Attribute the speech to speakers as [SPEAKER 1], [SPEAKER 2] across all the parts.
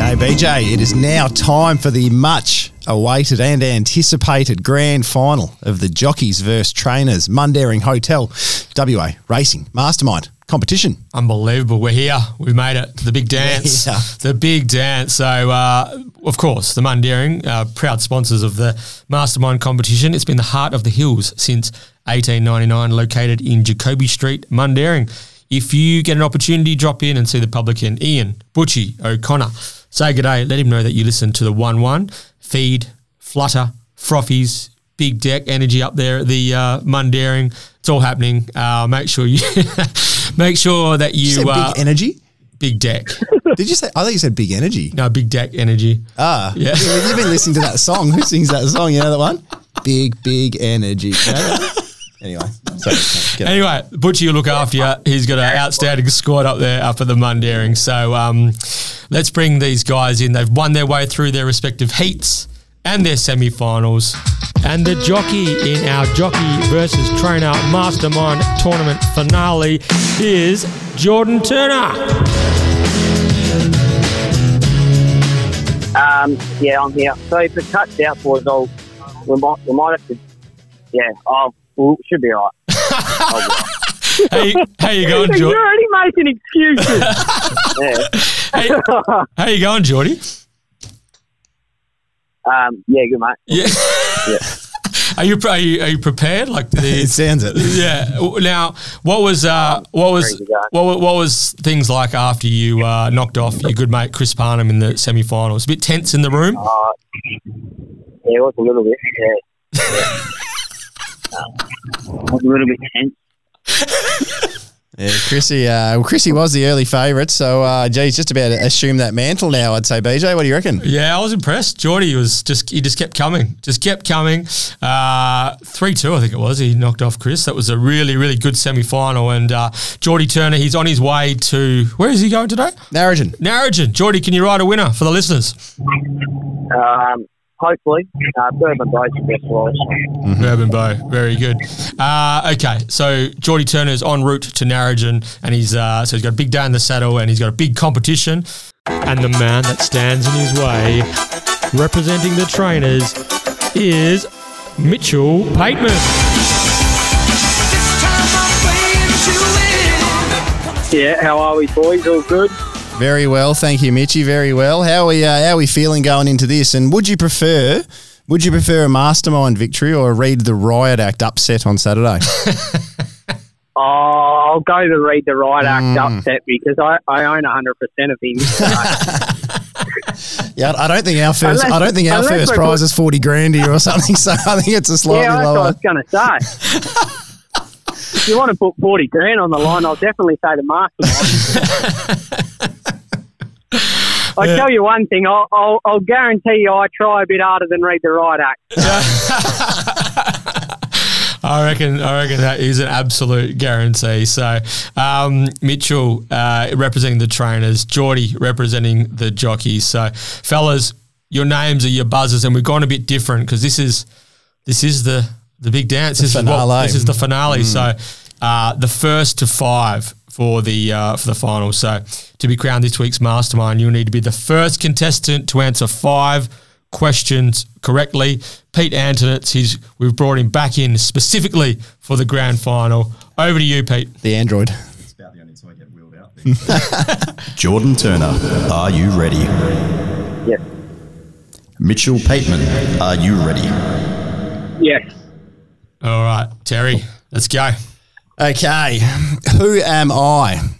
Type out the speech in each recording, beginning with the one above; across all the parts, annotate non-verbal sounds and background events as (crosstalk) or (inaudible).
[SPEAKER 1] Hey BJ, it is now time for the much awaited and anticipated grand final of the Jockeys versus Trainers Mundaring Hotel WA Racing Mastermind competition.
[SPEAKER 2] Unbelievable. We're here. We made it to the big dance.
[SPEAKER 1] Yeah.
[SPEAKER 2] The big dance. So, uh, of course, the Mundaring, uh, proud sponsors of the Mastermind competition. It's been the heart of the hills since 1899, located in Jacoby Street, Mundaring. If you get an opportunity, drop in and see the publican, Ian Butchie O'Connor. Say good day. Let him know that you listen to the 1 1, feed, flutter, frothies, big deck energy up there at the uh, Mundaring. It's all happening. Uh, make sure you (laughs) make sure that you,
[SPEAKER 1] You said
[SPEAKER 2] uh,
[SPEAKER 1] big energy?
[SPEAKER 2] big deck.
[SPEAKER 1] Did you say? I thought you said big energy.
[SPEAKER 2] No, big deck energy.
[SPEAKER 1] Ah,
[SPEAKER 2] Yeah. (laughs)
[SPEAKER 1] You- You've been listening to that song. Who sings that song? You know that one? Big, big energy. You know that? anyway, sorry, get it.
[SPEAKER 2] Anyway, Butchie will look after you. He's got an outstanding squad up there up at the Mundaring. So um, let's bring these guys in. They've won their way through their respective heats and their semi-finals. And the jockey in our jockey versus trainer mastermind tournament finale is Jordan Turner.
[SPEAKER 3] Um, yeah, I'm here. So if it cuts out for us, I'll, we might we might have to. Yeah, I'll, we should be all right.
[SPEAKER 2] How you, how you going,
[SPEAKER 4] You're
[SPEAKER 2] Jordy?
[SPEAKER 4] already making excuses.
[SPEAKER 3] Yeah,
[SPEAKER 2] How, how you going, Jordy?
[SPEAKER 3] um, yeah, good mate.
[SPEAKER 2] Yeah. (laughs) Are you are you are you prepared? Like
[SPEAKER 1] It
[SPEAKER 2] the,
[SPEAKER 1] sounds it.
[SPEAKER 2] yeah. Now, what was uh, what was
[SPEAKER 3] Ready to go.
[SPEAKER 2] what, wa- what was things like after you uh, knocked off your good mate Chris Parnham in the semi-finals? A bit tense in the room.
[SPEAKER 3] Yeah, it was a little bit. Yeah, yeah. um, was a little bit tense.
[SPEAKER 1] Yeah, Chrissy. Uh, well, Chrissy was the early favourite, so uh, geez, just about assume that mantle now. I'd say, BJ. What do you reckon?
[SPEAKER 2] Yeah, I was impressed. Geordie was just he just kept coming, just kept coming. Uh, three two, I think it was. He knocked off Chris. That was a really really good semi-final. And uh, Geordie Turner, he's on his way to where is he going today?
[SPEAKER 1] Narragin.
[SPEAKER 2] Narragin. Geordie, can you ride a winner for the listeners?
[SPEAKER 3] Um, hopefully, uh, Bourbon Boat's the best for us.
[SPEAKER 2] Urban Bow, very good. Uh, okay, so Geordie Turner's en route to Narragin, and he's uh, so he's got a big day in the saddle, and he's got a big competition. And the man that stands in his way, representing the trainers, is Mitchell Pateman.
[SPEAKER 3] Yeah, how are we, boys? All good?
[SPEAKER 1] Very well, thank you, Mitchy. Very well. How are we? Uh, how are we feeling going into this? And would you prefer? Would you prefer a mastermind victory or a read the riot act upset on
[SPEAKER 3] (laughs)
[SPEAKER 1] Saturday?
[SPEAKER 3] Oh, I'll go to read the right act upset because I, I own 100% of him.
[SPEAKER 1] yeah, I don't think our first. I don't think our
[SPEAKER 3] Unless- unless
[SPEAKER 1] first
[SPEAKER 3] we're
[SPEAKER 1] prize
[SPEAKER 3] good-
[SPEAKER 1] is forty grandy or something. So I think it's a slightly
[SPEAKER 3] (laughs) yeah, that's what I
[SPEAKER 1] lower.
[SPEAKER 3] was going to say. (laughs) if you want to put 40 grand on the line, I'll definitely say the mastermind. I tell you one thing, I'll, I'll, I'll guarantee you I try a bit harder than read the right act.
[SPEAKER 2] I reckon, I reckon that is an absolute guarantee. So um, Mitchell uh, representing the trainers, Geordie representing the jockeys. So fellas, your names are your buzzers, and we've gone a bit different because this is this is the the big dance. this is
[SPEAKER 1] finale. Mm.
[SPEAKER 2] what, this is the finale. So uh, the first to five for the uh, for the final. So to be crowned this week's mastermind, you'll need to be the first contestant to answer five questions correctly. Pete Antonitz, he's we've brought him back in specifically for the grand final. Over to you, Pete.
[SPEAKER 1] The android.
[SPEAKER 5] Jordan Turner, are you ready?
[SPEAKER 3] Yes.
[SPEAKER 5] Mitchell Pateman, are you ready?
[SPEAKER 3] Yes.
[SPEAKER 2] All right, Terry, let's go.
[SPEAKER 1] Okay, who am I?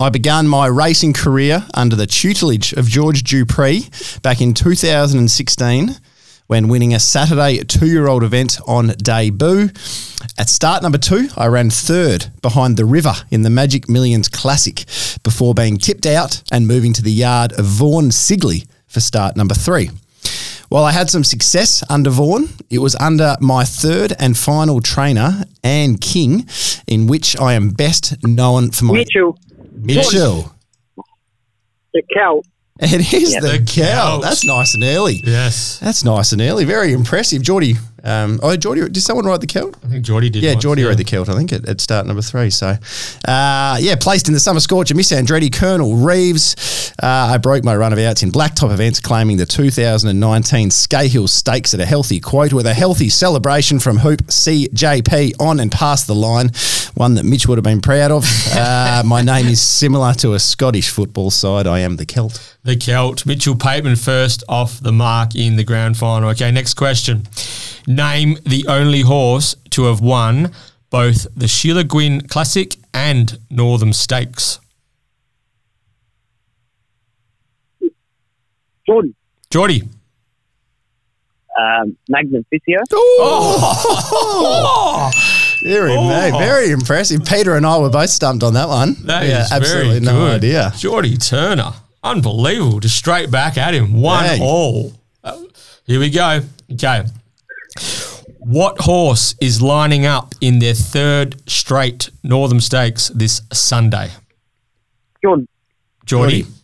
[SPEAKER 1] I began my racing career under the tutelage of George Dupree back in 2016 when winning a Saturday two year old event on debut. At start number two, I ran third behind the river in the Magic Millions Classic before being tipped out and moving to the yard of Vaughan Sigley for start number three. While I had some success under Vaughan, it was under my third and final trainer, Anne King, in which I am best known for my
[SPEAKER 3] Mitchell,
[SPEAKER 1] Mitchell.
[SPEAKER 3] the cow.
[SPEAKER 1] It is
[SPEAKER 3] Yeah.
[SPEAKER 1] the
[SPEAKER 2] The
[SPEAKER 1] cow.
[SPEAKER 2] cow.
[SPEAKER 1] That's nice and early.
[SPEAKER 2] Yes.
[SPEAKER 1] That's nice and early. Very impressive. Geordie, uh, Um, oh, Geordie, did someone write the count?
[SPEAKER 2] I think Geordie did.
[SPEAKER 1] Yeah,
[SPEAKER 2] once,
[SPEAKER 1] Geordie read the kilt, I think, at, at start number three. So, uh, yeah, placed in the summer scorcher, Miss Andretti, Colonel Reeves. Uh, I broke my run of outs in blacktop events, claiming the 2019 Scahill Stakes at a healthy quote with a healthy celebration from Hoop CJP on and past the line, one that Mitch would have been proud of. Uh, my name is similar to a Scottish football side. I am the Celt.
[SPEAKER 2] The Celt. Mitchell Pateman first off the mark in the grand final. Okay, next question. Name the only horse to have won both the Sheila Gwynn Classic and Northern Stakes.
[SPEAKER 3] Jordan,
[SPEAKER 2] Geordie.
[SPEAKER 3] um, Magnum Physio.
[SPEAKER 2] Oh,
[SPEAKER 1] (laughs) Very,
[SPEAKER 2] Oh.
[SPEAKER 1] very impressive. Peter and I were both stumped on that one.
[SPEAKER 2] that is
[SPEAKER 1] yeah, absolutely
[SPEAKER 2] very
[SPEAKER 1] no
[SPEAKER 2] good.
[SPEAKER 1] idea.
[SPEAKER 2] Geordie Turner. Unbelievable. Just straight back at him. One
[SPEAKER 1] Dang.
[SPEAKER 2] all. Uh, here we go. Okay. What horse is lining up in their third straight Northern Stakes this Sunday?
[SPEAKER 3] Jordan,
[SPEAKER 2] Geordie.
[SPEAKER 1] Geordie.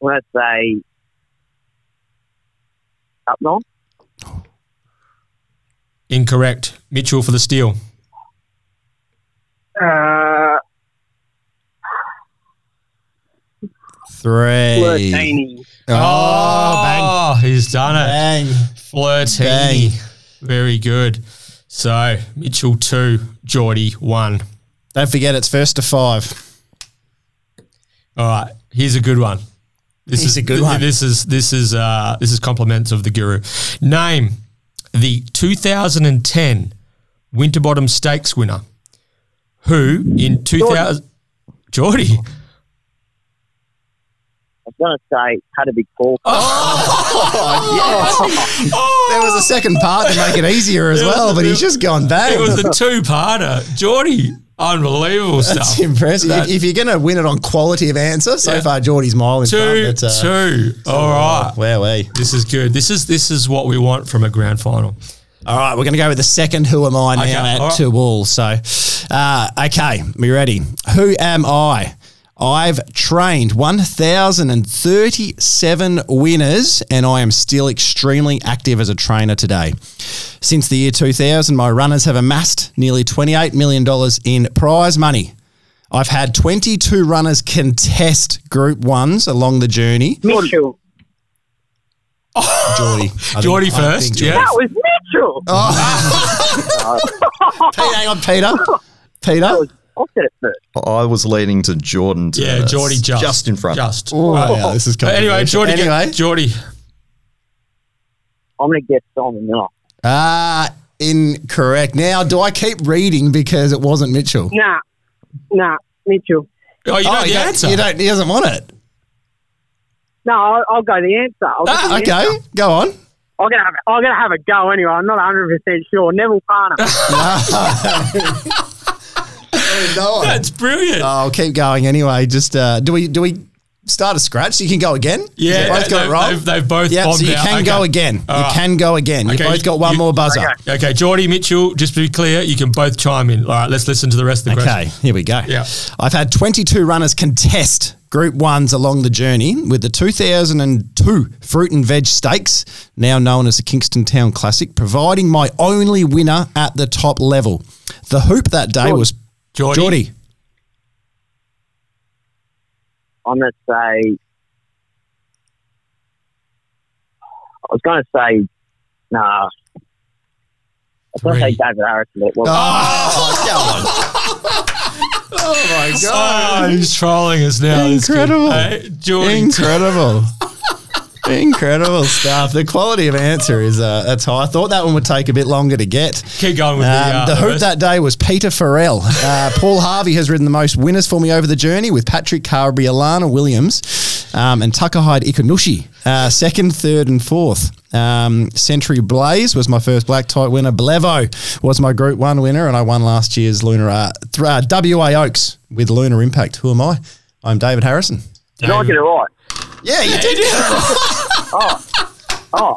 [SPEAKER 3] when I say up north,
[SPEAKER 2] Incorrect. Mitchell for the steal.
[SPEAKER 3] uh,
[SPEAKER 1] Three.
[SPEAKER 3] Flirtini.
[SPEAKER 2] Oh, he's done it.
[SPEAKER 1] Bang.
[SPEAKER 2] Flirtini. Very good. So Mitchell two, Geordie one.
[SPEAKER 1] Don't forget, it's first to five.
[SPEAKER 2] All right, here's a good one. This
[SPEAKER 1] Here's
[SPEAKER 2] is
[SPEAKER 1] a good
[SPEAKER 2] th-
[SPEAKER 1] one.
[SPEAKER 2] This is this is uh, this is compliments of the guru. Name the 2010 Winterbottom Stakes winner, who in 2000 Geordie. (laughs)
[SPEAKER 3] I was going to say had a big call.
[SPEAKER 1] There was a second part to make it easier as
[SPEAKER 2] It was
[SPEAKER 1] well,
[SPEAKER 2] a
[SPEAKER 1] but he's
[SPEAKER 2] bit-
[SPEAKER 1] just gone back.
[SPEAKER 2] It was a two-parter, Geordie. Unbelievable
[SPEAKER 1] That's
[SPEAKER 2] stuff.
[SPEAKER 1] (laughs) impressive.
[SPEAKER 2] That-
[SPEAKER 1] if, if you're going to win it on quality of answer, so
[SPEAKER 2] Yeah.
[SPEAKER 1] far Geordie's mile in
[SPEAKER 2] Two,
[SPEAKER 1] front. but, uh,
[SPEAKER 2] two. All right.
[SPEAKER 1] Where we?
[SPEAKER 2] This is good. This is this is what we want from a grand final.
[SPEAKER 1] All right, we're going to go with the second Who Am I now
[SPEAKER 2] Okay,
[SPEAKER 1] at
[SPEAKER 2] all right.
[SPEAKER 1] two all. So, uh, okay, we ready? Who am I? I've trained 1,037 winners and I am still extremely active as a trainer today. Since the year 2000, my runners have amassed nearly $28 million in prize money. I've had 22 runners contest group ones along the journey.
[SPEAKER 3] Mitchell.
[SPEAKER 1] Geordie. I think-
[SPEAKER 2] Geordie
[SPEAKER 1] I think
[SPEAKER 2] first,
[SPEAKER 1] Geordie-
[SPEAKER 2] yeah.
[SPEAKER 3] That was Mitchell.
[SPEAKER 1] Pete, hang on, Peter. Peter.
[SPEAKER 3] I said it first.
[SPEAKER 5] I was leading to Jordan. To
[SPEAKER 2] Yeah, Geordie just
[SPEAKER 5] just in front.
[SPEAKER 2] Just.
[SPEAKER 1] Oh,
[SPEAKER 2] Right.
[SPEAKER 1] yeah, this is
[SPEAKER 2] But anyway,
[SPEAKER 1] controversial.
[SPEAKER 2] Geordie.
[SPEAKER 1] Anyway.
[SPEAKER 2] Anyway, Geordie.
[SPEAKER 3] I'm going to guess Simon Miller.
[SPEAKER 1] Ah, incorrect. Now, do I keep reading because it wasn't Mitchell?
[SPEAKER 3] Nah, nah, Mitchell.
[SPEAKER 2] Oh, you know
[SPEAKER 1] you
[SPEAKER 2] the
[SPEAKER 1] don't-
[SPEAKER 2] answer.
[SPEAKER 1] You don't, he doesn't want it.
[SPEAKER 3] No, I'll, I'll go the answer. I'll go the
[SPEAKER 1] Ah,
[SPEAKER 3] answer.
[SPEAKER 1] okay, go on.
[SPEAKER 3] I'm gonna have a, I'm gonna have a go anyway. I'm not 100 percent sure. Neville Parnham.
[SPEAKER 1] (laughs) Go on.
[SPEAKER 2] (laughs) That's brilliant.
[SPEAKER 1] I'll keep going anyway. Just uh, do we do we start a scratch? You can go again.
[SPEAKER 2] yeah,
[SPEAKER 1] you both
[SPEAKER 2] they-
[SPEAKER 1] got it wrong.
[SPEAKER 2] They've, they've both
[SPEAKER 1] yeah,
[SPEAKER 2] bombed
[SPEAKER 1] so you
[SPEAKER 2] out.
[SPEAKER 1] can
[SPEAKER 2] okay.
[SPEAKER 1] go again.
[SPEAKER 2] All
[SPEAKER 1] you
[SPEAKER 2] right.
[SPEAKER 1] can go again.
[SPEAKER 2] Okay,
[SPEAKER 1] you both got one
[SPEAKER 2] you-
[SPEAKER 1] more buzzer. Okay.
[SPEAKER 2] Okay, Geordie Mitchell. Just to be clear, you can both chime in. All right, let's listen to the rest of the question.
[SPEAKER 1] here we go.
[SPEAKER 2] Yeah.
[SPEAKER 1] I've had 22 runners contest Group 1s along the journey with the 2002 Fruit and Veg Stakes, now known as the Kingston Town Classic, providing my only winner at the top level. The hoop that day was
[SPEAKER 2] Geordie.
[SPEAKER 1] Geordie.
[SPEAKER 3] I'm gonna say. I was gonna say, nah. I was gonna say
[SPEAKER 2] Three.
[SPEAKER 3] David Harris, but it
[SPEAKER 1] (laughs)
[SPEAKER 3] wasn't.
[SPEAKER 1] my
[SPEAKER 2] Oh, he's trolling us now. This kid.
[SPEAKER 1] Incredible.
[SPEAKER 2] Hey, Geordie.
[SPEAKER 1] Incredible. Incredible stuff. The quality of answer is uh, that's high. I thought that one would take a bit longer to get.
[SPEAKER 2] keep going with the, uh,
[SPEAKER 1] Um, the hoop
[SPEAKER 2] rest.
[SPEAKER 1] that day was Peter Farrell. Uh,
[SPEAKER 2] (laughs)
[SPEAKER 1] Paul Harvey has ridden the most winners for me over the journey with Patrick Carberry, Alana Williams, um, and Tucker Hyde Ikonushi. Uh, second, third, and fourth. Um, Century Blaze was my first black tie winner. Blevo was my Group 1 winner, and I won last year's Lunar uh, th- uh, WA Oaks with Lunar Impact. Who am I? I'm David Harrison.
[SPEAKER 3] Did
[SPEAKER 1] Oh,
[SPEAKER 3] I get it right?
[SPEAKER 1] Yeah, you did.
[SPEAKER 3] Oh,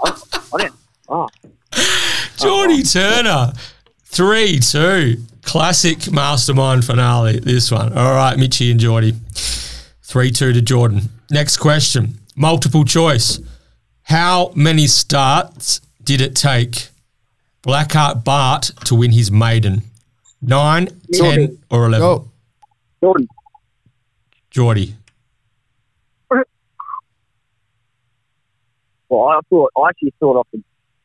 [SPEAKER 3] I didn't. Oh,
[SPEAKER 2] Geordie Turner, three two, classic mastermind finale. This one, all right, Mitchie and Geordie, three two to Jordan. Next question, multiple choice. How many starts did it take Blackheart Bart to win his maiden? Nine, ten,
[SPEAKER 3] Jordan.
[SPEAKER 2] or 11?
[SPEAKER 1] Oh,
[SPEAKER 3] Jordan.
[SPEAKER 2] Geordie.
[SPEAKER 3] Well, I thought I actually thought off the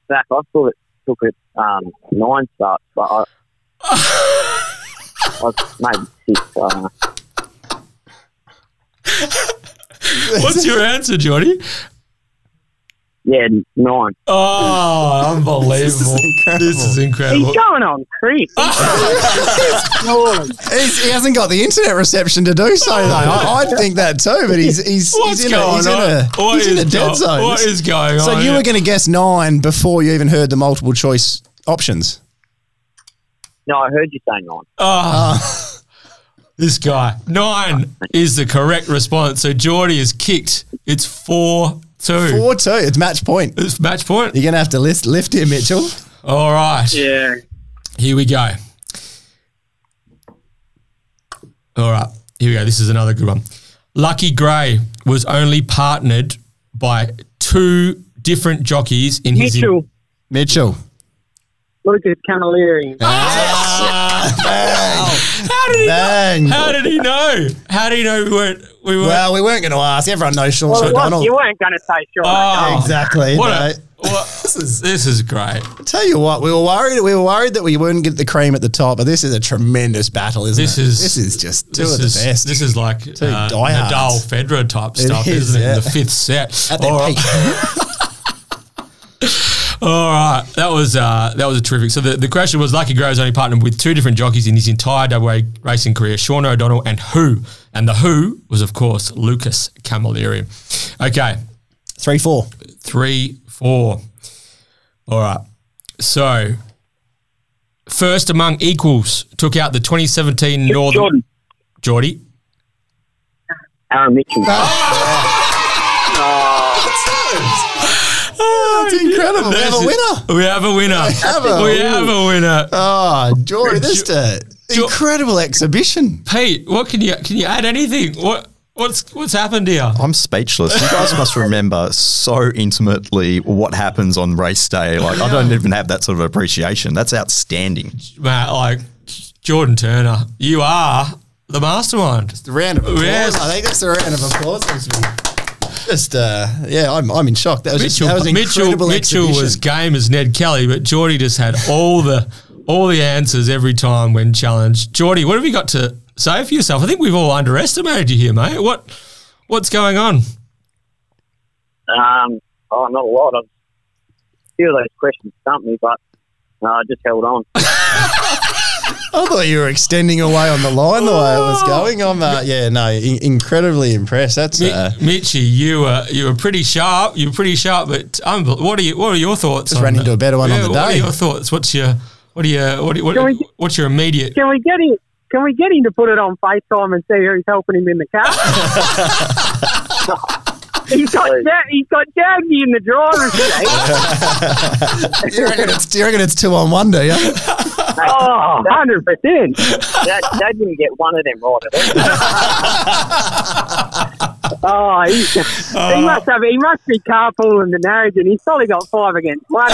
[SPEAKER 3] back. I thought it took it um, nine starts, but
[SPEAKER 1] (laughs)
[SPEAKER 3] I, I maybe six. Uh,
[SPEAKER 2] What's your answer, Geordie?
[SPEAKER 3] yeah, nine.
[SPEAKER 2] Oh, unbelievable.
[SPEAKER 1] This is incredible.
[SPEAKER 2] This is incredible.
[SPEAKER 3] He's going on
[SPEAKER 2] (laughs)
[SPEAKER 3] creep. Jordan.
[SPEAKER 1] he's, he hasn't got the internet reception to do so, though.
[SPEAKER 2] (laughs)
[SPEAKER 1] I, I'd think that too, but he's he's,
[SPEAKER 2] What's
[SPEAKER 1] he's in a,
[SPEAKER 2] going
[SPEAKER 1] he's in
[SPEAKER 2] on?
[SPEAKER 1] a,
[SPEAKER 2] What
[SPEAKER 1] he's in
[SPEAKER 2] is
[SPEAKER 1] a dead
[SPEAKER 2] go-
[SPEAKER 1] zone.
[SPEAKER 2] What is going on?
[SPEAKER 1] so you were going to guess nine before you even heard the multiple choice options.
[SPEAKER 3] No, I heard you say nine.
[SPEAKER 2] Oh, this guy. Nine is the correct response. So Geordie is kicked. It's 4 2.
[SPEAKER 1] Four two. It's match point.
[SPEAKER 2] It's match point.
[SPEAKER 1] You're going to have to lift, lift here, Mitchell.
[SPEAKER 2] All right.
[SPEAKER 3] Yeah.
[SPEAKER 2] Here we go. All right. Here we go. This is another good one. Lucky Gray was only partnered by two different jockeys in his.
[SPEAKER 3] Mitchell,
[SPEAKER 1] Mitchell.
[SPEAKER 3] Lucas Camilleri.
[SPEAKER 2] How did he?
[SPEAKER 1] Bang.
[SPEAKER 2] How did he know? How did he know we weren't? We weren't.
[SPEAKER 1] Well, we weren't going to ask. Everyone knows Sean
[SPEAKER 3] Well, it was-
[SPEAKER 1] O'Donnell.
[SPEAKER 3] Oh, you weren't going to say Sean.
[SPEAKER 2] Oh,
[SPEAKER 1] Exactly.
[SPEAKER 2] what
[SPEAKER 1] mate.
[SPEAKER 2] a, what, this is this is great.
[SPEAKER 1] Tell you what, we were worried. We were worried that we wouldn't get the cream at the top, but this is a tremendous battle, isn't
[SPEAKER 2] This
[SPEAKER 1] it?
[SPEAKER 2] is-
[SPEAKER 1] this is just two
[SPEAKER 2] this
[SPEAKER 1] of the
[SPEAKER 2] is,
[SPEAKER 1] best.
[SPEAKER 2] This is like uh,
[SPEAKER 1] diehards.
[SPEAKER 2] Nadal Federer type stuff,
[SPEAKER 1] is,
[SPEAKER 2] is, not it?
[SPEAKER 1] yeah.
[SPEAKER 2] In the fifth set.
[SPEAKER 1] At their
[SPEAKER 2] All right.
[SPEAKER 1] peak.
[SPEAKER 2] (laughs) All right, that was uh, that was a terrific. So the, the question was: Lucky Gray's only partnered with two different jockeys in his entire double A racing career, Sean O'Donnell and Who, and the Who was of course Lucas Camilleri. Okay,
[SPEAKER 1] Three four.
[SPEAKER 2] three, four. All right. So first among equals took out the 2017 Northern
[SPEAKER 3] Jordan.
[SPEAKER 2] Geordie.
[SPEAKER 3] Aaron Mitchell.
[SPEAKER 1] That's Oh, incredible. We have a
[SPEAKER 2] This is-
[SPEAKER 1] winner.
[SPEAKER 2] We have a winner.
[SPEAKER 1] have a-
[SPEAKER 2] we have a winner.
[SPEAKER 1] Oh, Jordy, this is a
[SPEAKER 2] Jo-
[SPEAKER 1] incredible exhibition.
[SPEAKER 2] Pete, what can you can you add anything? What what's what's happened here?
[SPEAKER 5] I'm speechless. You guys must remember so intimately what happens on race day. Like, I don't even have that sort of appreciation. That's outstanding.
[SPEAKER 2] Matt, like Jordan Turner, you are the mastermind.
[SPEAKER 1] The round of applause.
[SPEAKER 2] Yes.
[SPEAKER 1] I think that's a round of applause. That's been- Just uh, yeah, I'm, I'm in shock. That was just,
[SPEAKER 2] Mitchell
[SPEAKER 1] that was an
[SPEAKER 2] Mitchell,
[SPEAKER 1] incredible
[SPEAKER 2] Mitchell
[SPEAKER 1] exhibition.
[SPEAKER 2] was game as Ned Kelly, but Geordie just had all the all the answers every time when challenged. Geordie, what have you got to say for yourself? I think we've all underestimated you here, mate. What what's going on?
[SPEAKER 3] Um, oh, not a lot. I few of those questions stumped me, but no, I just
[SPEAKER 2] (laughs)
[SPEAKER 3] held on.
[SPEAKER 1] I thought you were extending away on the line the way it
[SPEAKER 2] Oh.
[SPEAKER 1] was going. I'm uh, yeah, no, in- incredibly impressed. That's
[SPEAKER 2] Mi-
[SPEAKER 1] uh,
[SPEAKER 2] Mitchy, you were you were pretty sharp. You were pretty sharp, but unbel- what are you? What are your thoughts?
[SPEAKER 1] ran into a better one on the
[SPEAKER 2] What are
[SPEAKER 1] day.
[SPEAKER 2] your thoughts? What's your what are your what, are- what,
[SPEAKER 3] Can we-
[SPEAKER 2] what's your immediate?
[SPEAKER 3] Can we get him? Can we get him to put it on FaceTime and see who's helping him in the
[SPEAKER 2] (laughs)
[SPEAKER 3] car? he's got ja- he's got Jaggy in the driver's
[SPEAKER 2] (laughs)
[SPEAKER 3] seat.
[SPEAKER 1] you reckon it's you reckon it's two on one, do you?
[SPEAKER 3] oh, 100 percent. That that didn't get one of them right at all. oh, he, he must have. He must be carpooling the marriage, and he's probably got five against one.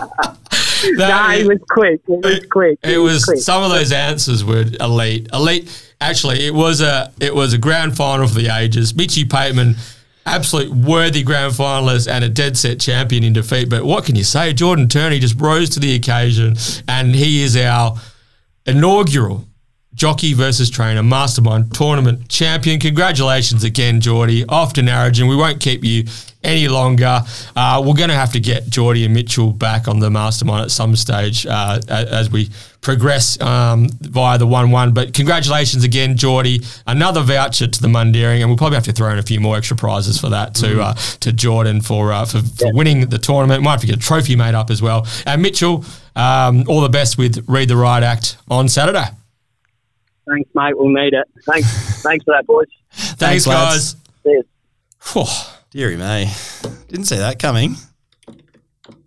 [SPEAKER 3] No,
[SPEAKER 2] That-
[SPEAKER 3] he was quick. It was quick.
[SPEAKER 2] It was
[SPEAKER 3] quick.
[SPEAKER 2] some of those answers were elite. Elite. Actually, it was a it was a grand final for the ages. Mitchy Pateman, absolute worthy grand finalist and a dead set champion in defeat. But what can you say? Jordan Turney just rose to the occasion, and he is our inaugural jockey versus trainer mastermind tournament champion. Congratulations again, Geordie. Off to Narragin. We won't keep you any longer. Uh, we're going to have to get Geordie and Mitchell back on the mastermind at some stage uh, a- as we progress um, via the 1 1. But congratulations again, Geordie. Another voucher to the Mundaring, and we'll probably have to throw in a few more extra prizes for that to, uh, to Jordan for, uh, for, for winning the tournament. Might have to get a trophy made up as well. And Mitchell, um, all the best with Read the Right Act on Saturday.
[SPEAKER 3] Thanks, mate. We'll need it. Thanks. Thanks for that, boys.
[SPEAKER 2] Thanks,
[SPEAKER 1] Thanks,
[SPEAKER 2] guys.
[SPEAKER 1] lads.
[SPEAKER 3] Cheers.
[SPEAKER 2] Phew.
[SPEAKER 1] Deary me, didn't see that coming.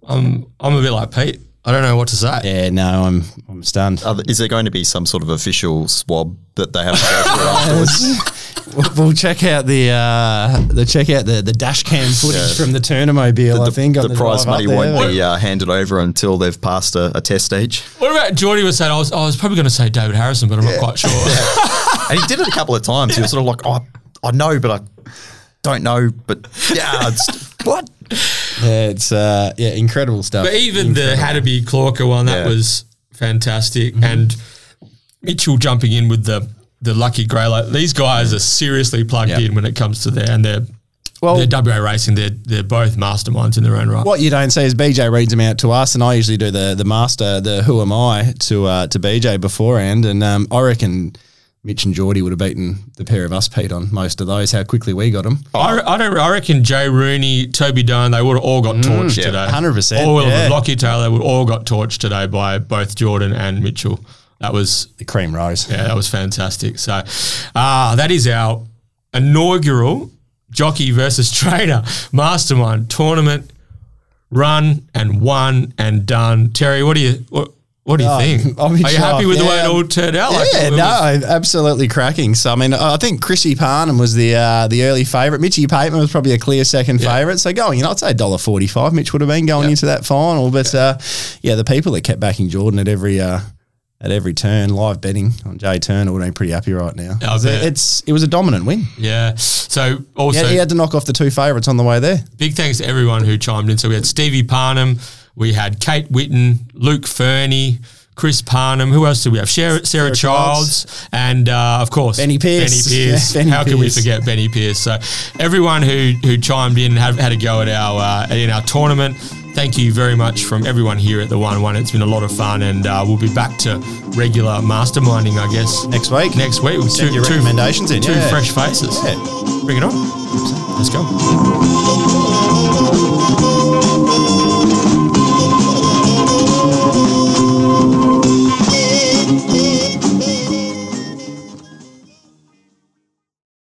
[SPEAKER 2] I'm I'm a bit like Pete. I don't know what to say.
[SPEAKER 1] Yeah, no, I'm I'm stunned. (laughs)
[SPEAKER 5] Are, th- is there going to be some sort of official swab that they have to go through afterwards?
[SPEAKER 1] we'll, we'll check out the uh, the check out the, the dash cam footage
[SPEAKER 5] Yeah.
[SPEAKER 1] from the Turnermobile. I
[SPEAKER 5] the,
[SPEAKER 1] think on
[SPEAKER 5] the prize
[SPEAKER 1] drive up
[SPEAKER 5] money
[SPEAKER 1] there.
[SPEAKER 5] won't be uh, handed over until they've passed a, a test stage.
[SPEAKER 2] What about Geordie was saying? I was, I was probably going to say David Harrison, but I'm not quite sure.
[SPEAKER 5] And he did it a couple of times. He was sort of like, oh, I know, but I don't know. But yeah, it's, what?
[SPEAKER 1] Yeah, it's uh, yeah, incredible stuff.
[SPEAKER 2] But even the Hatterby Clorker one, that
[SPEAKER 5] Yeah.
[SPEAKER 2] was fantastic.
[SPEAKER 1] Mm-hmm.
[SPEAKER 2] And Mitchell jumping in with the the lucky grey light. These guys
[SPEAKER 1] Mm-hmm.
[SPEAKER 2] are seriously plugged
[SPEAKER 1] Yeah. Oh.
[SPEAKER 2] in when it comes to their and their
[SPEAKER 1] Well-
[SPEAKER 2] their WA racing. They're they're both masterminds in their own right.
[SPEAKER 1] what you don't see is BJ reads them out to us, and I usually do the the master, the who am I to uh, to BJ beforehand, and um, I reckon Mitch and Geordie would have beaten the pair of us, Pete, on most of those. How quickly we got them,
[SPEAKER 2] I, I don't. I reckon Jay Rooney, Toby Doan, they would have all
[SPEAKER 1] Mm,
[SPEAKER 2] got torched
[SPEAKER 5] yeah,
[SPEAKER 2] today.
[SPEAKER 1] 100%,
[SPEAKER 2] All of
[SPEAKER 1] yeah.
[SPEAKER 2] them. Lockie Taylor, they would all got torched today by both Jordan and Mitchell. That was
[SPEAKER 1] the cream rose.
[SPEAKER 2] Yeah, that was fantastic. So, uh, that is our inaugural jockey versus (laughs) trainer mastermind tournament run and won and done. Terry, what do you what, what do you
[SPEAKER 1] Oh,
[SPEAKER 2] think?
[SPEAKER 1] I'm
[SPEAKER 2] Are
[SPEAKER 1] in
[SPEAKER 2] you happy
[SPEAKER 1] shock.
[SPEAKER 2] with the way
[SPEAKER 1] Yeah.
[SPEAKER 2] it all turned out? Like,
[SPEAKER 1] Yeah,
[SPEAKER 2] it
[SPEAKER 1] no,
[SPEAKER 2] was-
[SPEAKER 1] absolutely cracking. So I mean, I think Chrissy Parnham was the uh, the early favourite. Mitchy Pateman was probably a clear second favourite. So going in, I'd say dollar forty five. Mitch would have been going into that final, but uh, yeah, the people that kept backing Jordan at every uh, at every turn, live betting on Jay Turner would have been pretty happy right now.
[SPEAKER 2] Oh, I
[SPEAKER 1] So
[SPEAKER 2] bet.
[SPEAKER 1] it's it was a dominant win.
[SPEAKER 2] yeah. So also
[SPEAKER 1] Yeah, he had to knock off the two favourites on the way there.
[SPEAKER 2] big thanks to everyone who chimed in. So we had Stevie Parnham, we had Kate Whitten, Luke Fernie, Chris Parnham. Who else did we have? Sarah, Sarah,
[SPEAKER 1] Childs.
[SPEAKER 2] Childs, and uh, of course
[SPEAKER 1] Benny Pierce. (laughs)
[SPEAKER 2] Benny Pierce.
[SPEAKER 1] Yeah, Benny
[SPEAKER 2] How can we
[SPEAKER 1] Pierce.
[SPEAKER 2] forget Benny Pierce? So everyone who who chimed in and had, had a go at our uh, in our tournament. Thank you very much from everyone here at the One One. It's been a lot of fun, and uh, we'll be back to regular masterminding, I guess,
[SPEAKER 1] Next week,
[SPEAKER 2] next week. with
[SPEAKER 1] Send
[SPEAKER 2] two-
[SPEAKER 1] your
[SPEAKER 2] two-
[SPEAKER 1] recommendations in,
[SPEAKER 2] two
[SPEAKER 1] yeah.
[SPEAKER 2] fresh faces.
[SPEAKER 1] Yeah.
[SPEAKER 2] Bring it on. Let's go.